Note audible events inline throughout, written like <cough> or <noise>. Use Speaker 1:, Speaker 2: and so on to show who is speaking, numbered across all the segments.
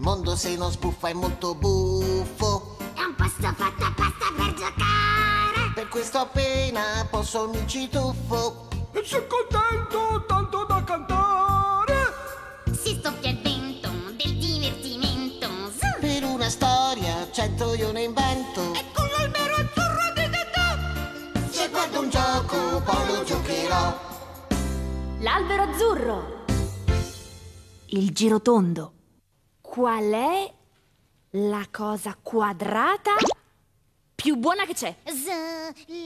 Speaker 1: Mondo se non sbuffa è molto buffo
Speaker 2: È un posto fatto apposta per giocare.
Speaker 1: Per questo appena posso mi ci tuffo
Speaker 3: E sono contento, tanto da cantare.
Speaker 2: Si soffia il vento del divertimento. Zoom!
Speaker 1: Per una storia cento io ne invento
Speaker 2: E con l'albero azzurro di Dada.
Speaker 1: Se guardo un gioco poi lo giocherò
Speaker 4: L'albero azzurro. Il girotondo. Qual è la cosa quadrata più buona che c'è? Ah,
Speaker 2: Z,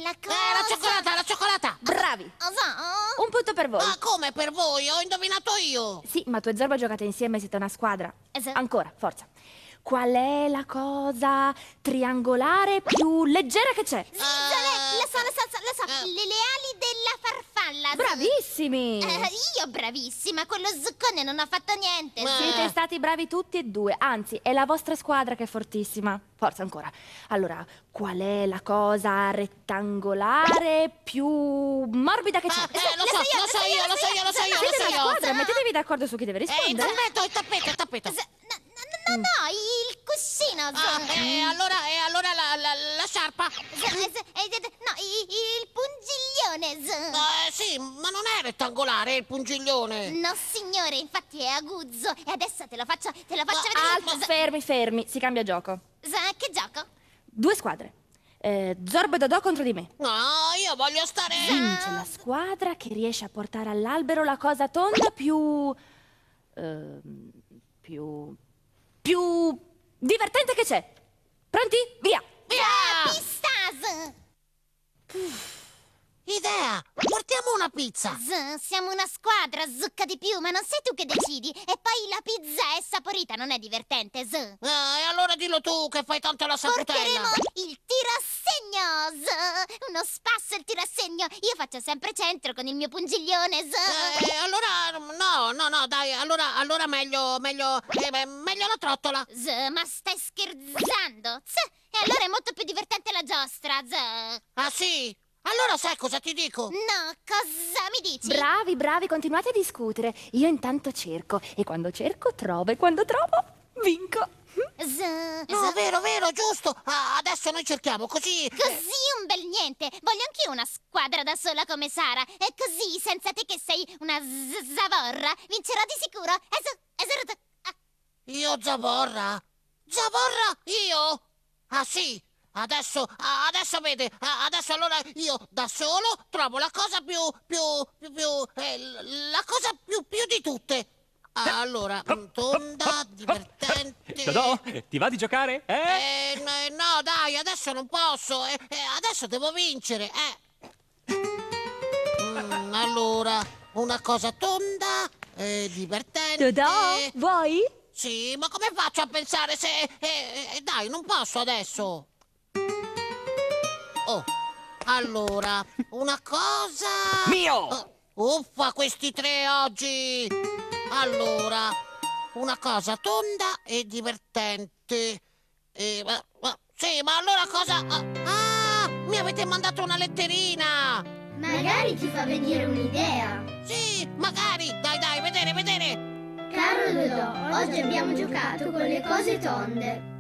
Speaker 2: la cosa...
Speaker 5: Eh, la cioccolata, la cioccolata!
Speaker 4: Bravi.
Speaker 2: Cosa?
Speaker 4: Un punto per voi.
Speaker 5: Ma come per voi? Ho indovinato io!
Speaker 4: Sì, ma tu e Zorba giocate insieme, siete una squadra.
Speaker 2: Eh sì.
Speaker 4: Ancora, forza. Qual è la cosa triangolare più leggera che c'è?
Speaker 2: Zizzole, la eh, so, la so, la so, la
Speaker 5: Eh.
Speaker 2: so. Le, le ali della farfalla. z-
Speaker 4: Bravissimi!
Speaker 2: Eh, io bravissima, quello zuccone non ha fatto niente.
Speaker 5: Ma-
Speaker 4: Siete stati bravi tutti e due, anzi, è la vostra squadra che è fortissima. Forza ancora. Allora, qual è la cosa rettangolare più morbida che c'è?
Speaker 5: Ah, eh, lo so, lo so io, lo so io, lo so io, lo
Speaker 4: Siete
Speaker 5: so
Speaker 4: una
Speaker 5: io!
Speaker 4: squadra, mettetevi d'accordo su chi deve
Speaker 5: Eh, il
Speaker 4: rispondere.
Speaker 5: tappeto, il tappeto, il tappeto!
Speaker 2: Z- no, no, no, no, no, il cuscino.
Speaker 5: Mm. Ah,
Speaker 2: z-
Speaker 5: e allora, e allora la, la- la sciarpa?
Speaker 2: Z- z- eh, d- d- No, i- il pungiglione. z-
Speaker 5: Eh, sì, ma non è rettangolare il pungiglione!
Speaker 2: No, signore, infatti è aguzzo. E adesso te lo faccio, te lo faccio
Speaker 4: Alto,
Speaker 2: vedere.
Speaker 4: fermi, fermi, si cambia gioco.
Speaker 2: Z- z- Che gioco?
Speaker 4: Due squadre. Eh, Zorba e Dodò contro di me.
Speaker 5: No, io voglio stare...
Speaker 4: Vince la squadra che riesce a portare all'albero la cosa tonda più. ehm, più. più divertente che c'è. Pronti? Via!
Speaker 2: La
Speaker 5: Via!
Speaker 2: pista. z-
Speaker 5: Idea! Portiamo una pizza!
Speaker 2: z- Siamo una squadra, zucca di più, ma non sei tu che decidi. E poi la pizza è saporita, non è divertente. z-
Speaker 5: Ah, e allora dillo tu che fai tanto la
Speaker 2: Porteremo
Speaker 5: saputella!
Speaker 2: il tirassegno. z- Uno spasso il tirassegno. Io faccio sempre centro con il mio pungiglione. z-
Speaker 5: Eh, allora, no, no, no, dai, allora, allora meglio, meglio, eh, beh, meglio la trottola!
Speaker 2: Z, ma stai scherzando? Z, e allora è molto più divertente la giostra, Z.
Speaker 5: Ah, sì? Allora sai cosa ti dico?
Speaker 2: No, cosa mi dici?
Speaker 4: Bravi, bravi, continuate a discutere. Io intanto cerco e quando cerco trovo e quando trovo vinco.
Speaker 2: Z,
Speaker 5: No,
Speaker 2: Z.
Speaker 5: vero, vero, giusto. Ah, adesso noi cerchiamo, così.
Speaker 2: Così un bel niente. Voglio anch'io una squadra da sola come Sara. E così, senza te che sei una z- zavorra, vincerò di sicuro. Ez, ez, ah,
Speaker 5: Io Zavorra. Zavorra, io? Ah sì, adesso, ah, adesso vede, ah, adesso allora io da solo trovo la cosa più, più, più, più, eh, l- la cosa più, più di tutte. Allora,
Speaker 6: Ah,
Speaker 5: tonda, divertente.
Speaker 6: Dodò, eh, ti va di giocare? Eh?
Speaker 5: Eh, n- no, dai, adesso non posso. eh, eh, adesso devo vincere. Eh. Mm, allora, una cosa tonda, eh, divertente.
Speaker 4: Dodò, vuoi?
Speaker 5: Sì, ma come faccio a pensare se... eh, eh, dai, non posso adesso. Oh, allora, una cosa...
Speaker 6: Mio!
Speaker 5: Oh, Uffa, questi tre oggi! Allora, una cosa tonda e divertente. E, ma- ma- sì, ma allora cosa... Ah, ah, mi avete mandato una letterina!
Speaker 7: Magari ti fa venire un'idea.
Speaker 5: Sì, magari! Dai, dai, vedere, vedere!
Speaker 7: Caro Dodò, oggi abbiamo giocato con le cose tonde.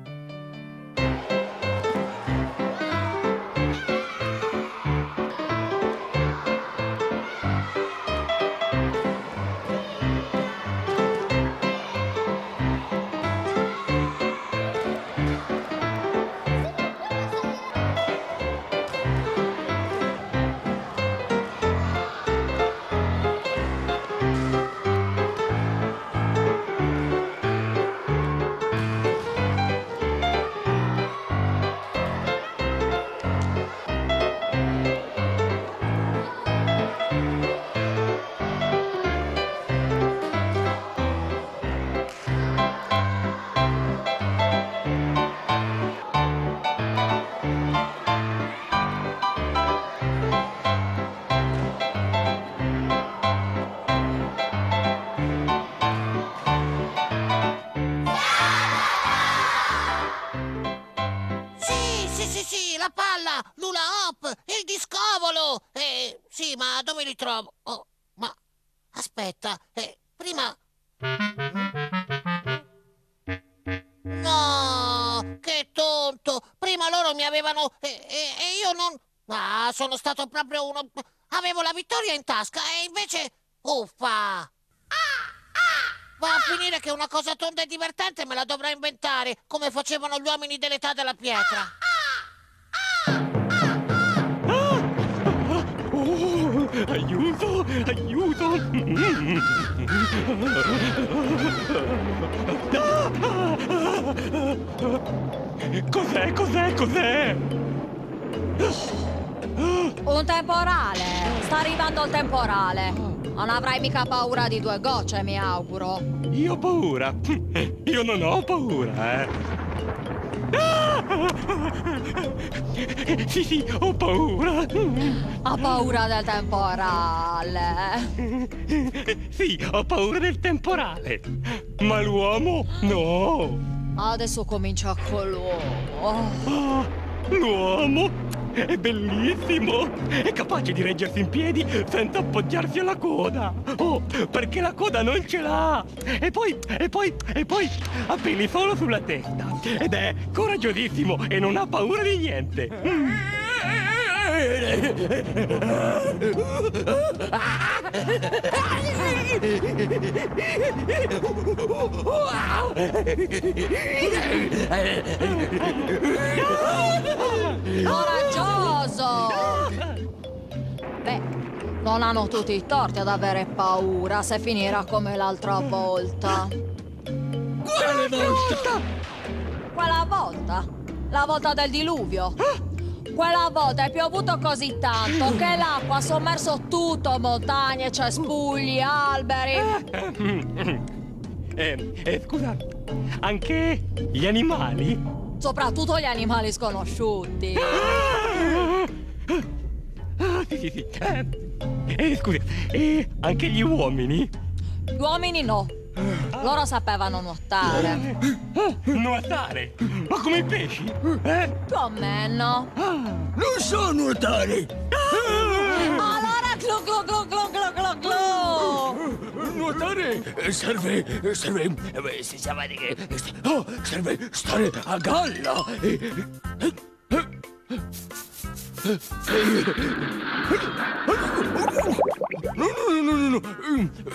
Speaker 5: Sì, sì, sì, sì, la palla, l'ula hop, il discovolo! Eh, sì, ma dove li trovo? Oh, ma... Aspetta, eh, prima... No, che tonto! Prima loro mi avevano... e, e- e io non... Ah, sono stato proprio uno... Avevo la vittoria in tasca e invece... Uffa! Va a finire che una cosa tonda e divertente me la dovrà inventare, come facevano gli uomini dell'età della pietra.
Speaker 6: Oh, aiuto, aiuto. Mm. Cos'è, cos'è, cos'è?
Speaker 8: Un temporale! Sta arrivando il temporale! Non avrai mica paura di due gocce, mi auguro.
Speaker 6: Io ho paura. Io non ho paura, eh. Sì, sì, ho paura.
Speaker 8: Ha paura del temporale.
Speaker 6: Sì, ho paura del temporale. Ma l'uomo no.
Speaker 8: Adesso comincia con l'uomo.
Speaker 6: Ah, l'uomo è bellissimo! È capace di reggersi in piedi senza appoggiarsi alla coda! Oh, perché la coda non ce l'ha! E poi, e poi, e poi ha peli solo sulla testa! Ed è coraggiosissimo e non ha paura di niente! Mm.
Speaker 8: Coraggioso! Beh, non hanno tutti i torti ad avere paura se finirà come l'altra volta.
Speaker 6: Quale volta?
Speaker 8: Quella volta, la volta del diluvio. Quella volta è piovuto così tanto che l'acqua ha sommerso tutto, montagne, cespugli, alberi.
Speaker 6: Eh, eh, scusa, anche gli animali?
Speaker 8: Soprattutto gli animali sconosciuti.
Speaker 6: Ah, Ah, sì, sì, sì. Eh, eh, scusi, eh, anche gli uomini?
Speaker 8: Gli uomini no. Loro sapevano nuotare.
Speaker 6: Ah, nuotare? Ma come i pesci? Eh?
Speaker 8: Più o meno.
Speaker 6: Non so nuotare!
Speaker 8: Allora glu glu glu glu glu glu glu.
Speaker 9: Nuotare Eh, serve, serve, eh, si chiama di che, oh, serve stare a galla. Eh, eh, eh. No, no, no, no, no, no.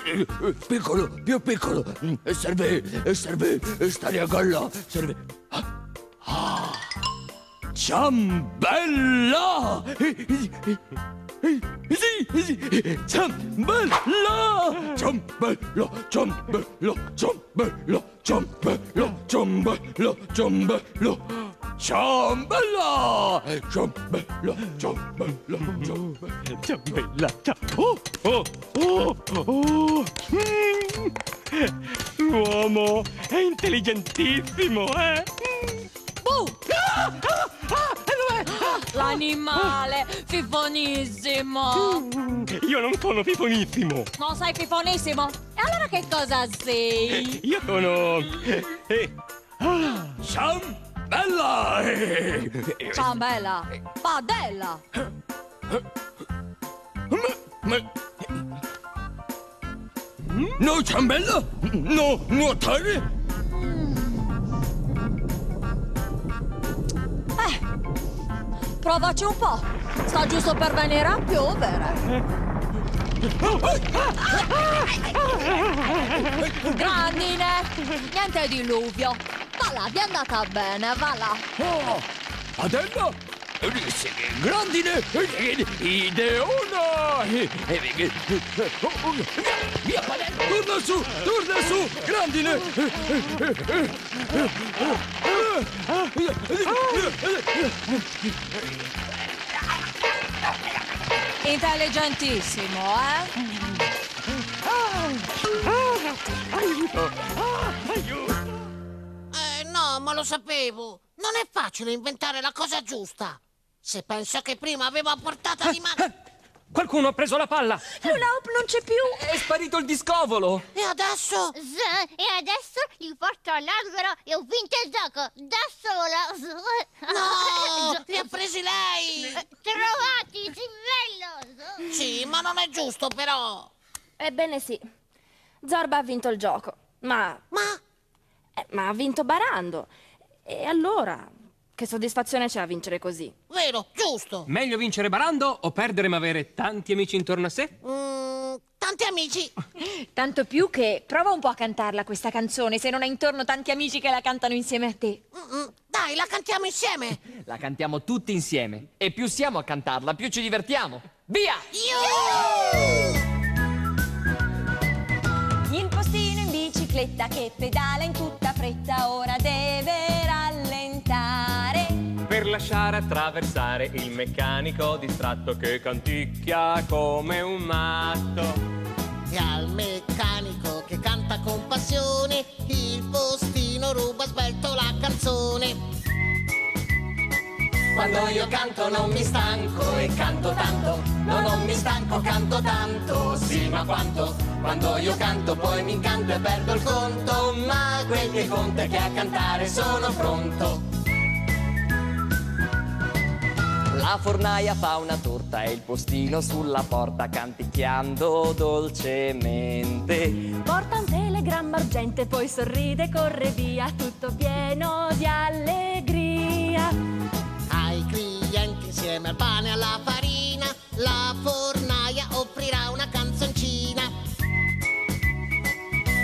Speaker 9: Eh, eh, piccolo, più piccolo, Eh, serve, eh, serve stare a galla, serve... Ah. Ah. Ciambella! Eh, eh, eh. Eh, Sì, sì, ciambello, ciambello, ciambello, ciambello, ciambello, ciambello, ciambello, ciambello, ciambello, ciambello, ciambello.
Speaker 6: Ciao, bella, ciao! Oh, oh, oh, oh! Mm. L'uomo è intelligentissimo, eh! Mm.
Speaker 8: Buh!
Speaker 6: Ah, ah, ah, e dov'è? Ah.
Speaker 8: L'animale, fifonissimo.
Speaker 6: Mm. Io non sono piponissimo!
Speaker 8: Non sei fifonissimo? E allora che cosa sei?
Speaker 6: Io sono... eh, eh, ah,
Speaker 9: Ciambella! Eh, eh, eh.
Speaker 8: Ciambella, padella,
Speaker 9: Ma- ma- No, ciambella? No, nuotare?
Speaker 8: provaci un po'. Sta giusto per venire a piovere. Grandine, niente diluvio. Va là, vi è andata bene, va là.
Speaker 9: Oh, Adello? Grandine! Ideona! Via, Padello! Torna su! Torna su! Grandine!
Speaker 8: Intelligentissimo, eh?
Speaker 6: aiuto! Ah, aiuto!
Speaker 5: Eh, no, ma lo sapevo. Non è facile inventare la cosa giusta. Se penso che prima avevo a portata di
Speaker 9: <laughs>
Speaker 5: mano...
Speaker 3: Qualcuno ha preso la palla!
Speaker 4: L'Unaup non c'è più!
Speaker 3: È sparito il discovolo!
Speaker 5: E adesso?
Speaker 2: Z, e adesso li porto all'albero e ho vinto il gioco da sola.
Speaker 5: No!
Speaker 2: Z-
Speaker 5: Li ha presi lei!
Speaker 2: Trovati, sì, bello.
Speaker 5: Sì, ma non è giusto, però.
Speaker 4: Ebbene sì, Zorba ha vinto il gioco, ma
Speaker 5: Ma...
Speaker 4: Eh, ma ha vinto barando. E allora, che soddisfazione c'è a vincere così?
Speaker 5: Vero, giusto.
Speaker 10: Meglio vincere barando o perdere ma avere tanti amici intorno a sé?
Speaker 5: Mm, tanti amici.
Speaker 8: Tanto più che prova un po' a cantarla questa canzone se non hai intorno tanti amici che la cantano insieme a te.
Speaker 5: Mm, mm, Dai, la cantiamo insieme.
Speaker 11: La cantiamo tutti insieme. E più siamo a cantarla, più ci divertiamo. Via!
Speaker 8: Il postino in bicicletta che pedala in tutta fretta ora deve rallentare.
Speaker 10: Per lasciare attraversare il meccanico distratto che canticchia come un matto.
Speaker 5: E al meccanico che canta con passione, il postino ruba svelto la canzone. Quando io canto non mi stanco e canto tanto, no non mi stanco, canto tanto, sì ma quanto. Quando io canto poi mi incanto e perdo il conto, ma quel che conta è che a cantare sono pronto.
Speaker 11: La fornaia fa una torta e il postino sulla porta canticchiando dolcemente.
Speaker 4: Porta un telegramma urgente, poi sorride, corre via, tutto pieno di allegria.
Speaker 5: Ai clienti insieme al pane e alla farina, la fornaia offrirà una canzoncina.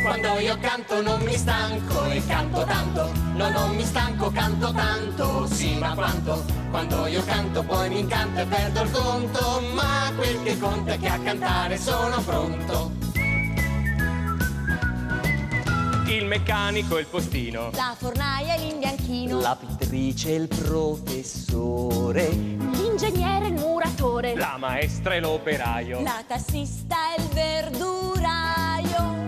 Speaker 5: Quando io canto non mi stanco e canto tanto, no non mi stanco, canto tanto, sì ma quanto. Quando io canto poi mi incanto e perdo il conto, ma quel che conta è che a cantare sono pronto.
Speaker 10: Il meccanico e il postino.
Speaker 8: La fornaia e l'imbianchino.
Speaker 11: La pittrice e il professore.
Speaker 4: L'ingegnere, il muratore,
Speaker 10: La maestra e l'operaio.
Speaker 8: La tassista e il verduraio.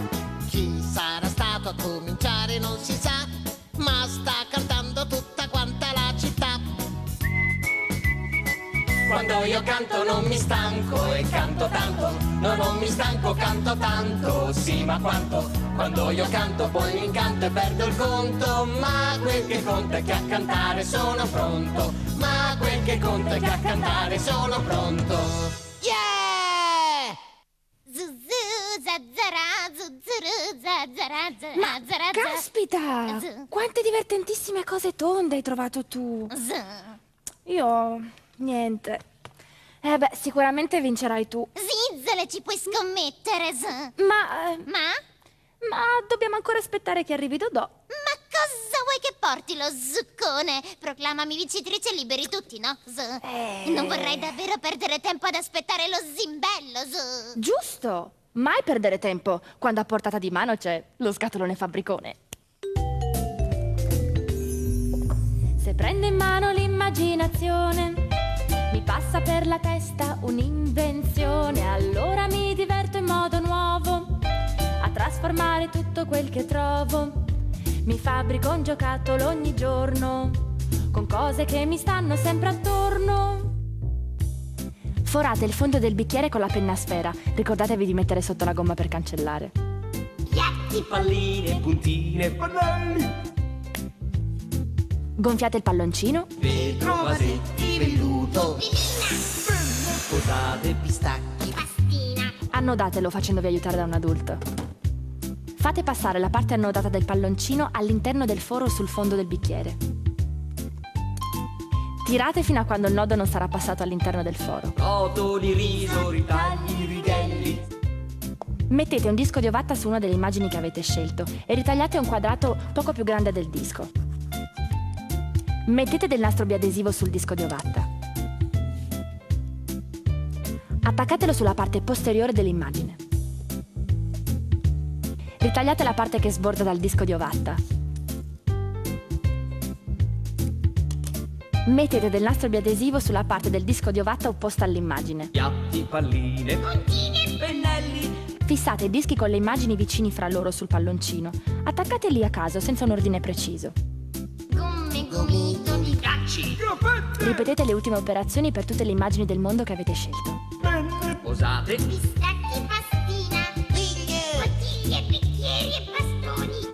Speaker 5: Chi sarà stato a cominciare non si sa, ma sta cantando tutta quanta la città. Quando io canto non mi stanco e canto tanto, no non mi stanco, canto tanto, sì ma quanto. Quando io canto poi mi incanto e perdo il conto, ma quel che conta è che a cantare sono pronto, ma quel che conta è che a cantare sono pronto. Yeah!
Speaker 2: Zuzu, zazzara, zuzzuru, zazzara,
Speaker 4: Ma
Speaker 2: zara, zara, za-
Speaker 4: caspita!
Speaker 2: Z-
Speaker 4: Quante divertentissime cose tonde hai trovato tu!
Speaker 2: Mm. z-
Speaker 4: Io... niente. Eh beh, sicuramente vincerai tu.
Speaker 2: Zizzole ci puoi scommettere, z.
Speaker 4: Ma... eh,
Speaker 2: Ma?
Speaker 4: ma dobbiamo ancora aspettare che arrivi Dodò.
Speaker 2: Ma cosa vuoi che porti lo zuccone? Proclamami vincitrice e liberi tutti, no? Z.
Speaker 4: Eh.
Speaker 2: Non vorrei davvero perdere tempo ad aspettare lo zimbello, z.
Speaker 4: Giusto! Mai perdere tempo, quando a portata di mano c'è lo scatolone fabbricone. Se prendo in mano l'immaginazione, mi passa per la testa un'invenzione, allora mi diverto in modo nuovo, a trasformare tutto quel che trovo. Mi fabbrico un giocattolo ogni giorno, con cose che mi stanno sempre attorno. Forate il fondo del bicchiere con la penna a sfera. Ricordatevi di mettere sotto la gomma per cancellare.
Speaker 3: palline, puntine, pannelli,
Speaker 4: Gonfiate il palloncino.
Speaker 1: Vetro, vasetti, velluto Posate, pistacchi
Speaker 2: Pastina.
Speaker 4: Annodatelo facendovi aiutare da un adulto. Fate passare la parte annodata del palloncino all'interno del foro sul fondo del bicchiere. Tirate fino a quando il nodo non sarà passato all'interno del foro.
Speaker 1: Rotoli, riso, ritagli, righelli
Speaker 4: Mettete un disco di ovatta su una delle immagini che avete scelto e ritagliate un quadrato poco più grande del disco. Mettete del nastro biadesivo sul disco di ovatta. Attaccatelo sulla parte posteriore dell'immagine. Ritagliate la parte che sborda dal disco di ovatta. Mettete del nastro biadesivo sulla parte del disco di ovatta opposta all'immagine.
Speaker 11: Piatti, palline.
Speaker 4: Fissate i dischi con le immagini vicini fra loro sul palloncino. Attaccateli a caso, senza un ordine preciso.
Speaker 2: Gomme, gomitoli.
Speaker 3: graffetti,
Speaker 4: Ripetete le ultime operazioni per tutte le immagini del mondo che avete scelto.
Speaker 3: penne,
Speaker 11: Posate.
Speaker 2: Pistacchi, pastina. Bottiglie, bicchieri e bastoni.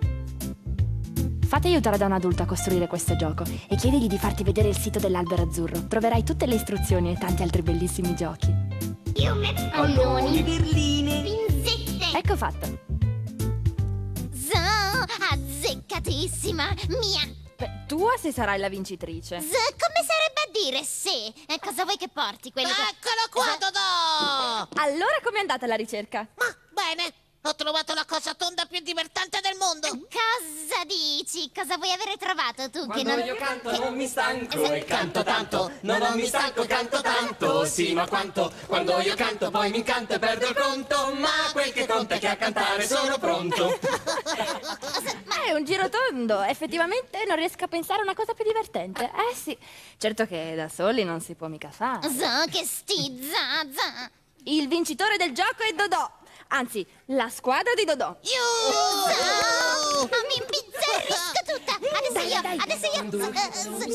Speaker 4: Fate aiutare da un adulto a costruire questo gioco e chiedigli di farti vedere il sito dell'albero azzurro. Troverai tutte le istruzioni e tanti altri bellissimi giochi.
Speaker 2: Piume, palloni. Berline. Pinzette.
Speaker 4: Ecco fatto.
Speaker 2: Zo. azzeccatissima, mia.
Speaker 4: Beh, tua se sarai la vincitrice.
Speaker 2: Z, come sarebbe a dire se? Eh, cosa vuoi che porti? Quello che-
Speaker 5: Eccolo qua, Dodò!
Speaker 4: Allora, com'è andata la ricerca?
Speaker 5: Ma bene, ho trovato la cosa tonda più divertente del mondo.
Speaker 2: Cosa dici? Cosa vuoi avere trovato tu che non... che-
Speaker 11: e canto tanto,
Speaker 1: no, non mi stanco, canto tanto, sì, ma quanto, quando io canto poi mi incanto e perdo il conto, ma quel che conta è che a cantare sono pronto.
Speaker 4: Ma è un giro tondo, effettivamente non riesco a pensare a una cosa più divertente. Eh sì, certo che da soli non si può mica fare.
Speaker 2: Zo, che stizza, zo.
Speaker 4: Il vincitore del gioco è Dodò. Anzi, la squadra di Dodò.
Speaker 2: Zo, ma mi imbizzarrisco tutta. Adesso
Speaker 4: Dai,
Speaker 2: io,
Speaker 4: dai.
Speaker 2: adesso io... eh, z-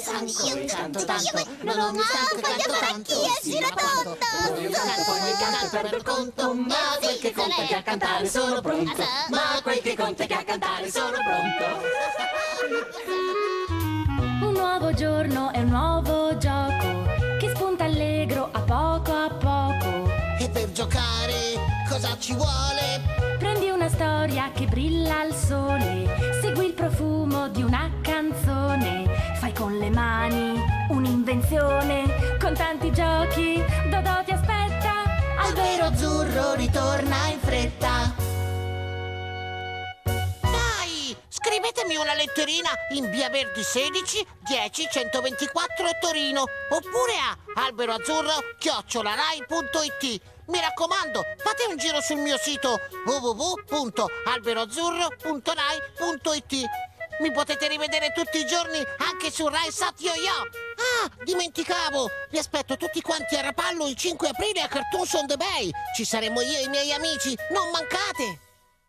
Speaker 2: io-
Speaker 5: Canto
Speaker 2: io-
Speaker 5: tanto, no, non mi stanco, canto tanto, sì, ma quanto, quando io canto poi mi incanto e perdo il conto, ma quel che conta è che a cantare sono pronto.
Speaker 1: Ma quel che conta è che a cantare sono pronto.
Speaker 4: Un nuovo giorno è un nuovo gioco che spunta allegro a poco a poco.
Speaker 5: E per giocare cosa ci vuole?
Speaker 4: Prendi una storia che brilla al sole, segui il profumo di una canzone, fai con le mani un'invenzione, con tanti giochi Dodò ti aspetta. Al vero
Speaker 5: azzurro ritorna in fretta. Dai, scrivetemi una letterina in via Verdi 16 10 124 Torino oppure a alberoazzurro chiocciolarai.it. Mi raccomando, fate un giro sul mio sito www.alberoazzurro.rai.it. Mi potete rivedere tutti i giorni anche su Rai Sat Yo Yo. Ah, dimenticavo! Vi aspetto tutti quanti a Rapallo il 5 aprile a Cartoons on the Bay. Ci saremo io e i miei amici, non mancate!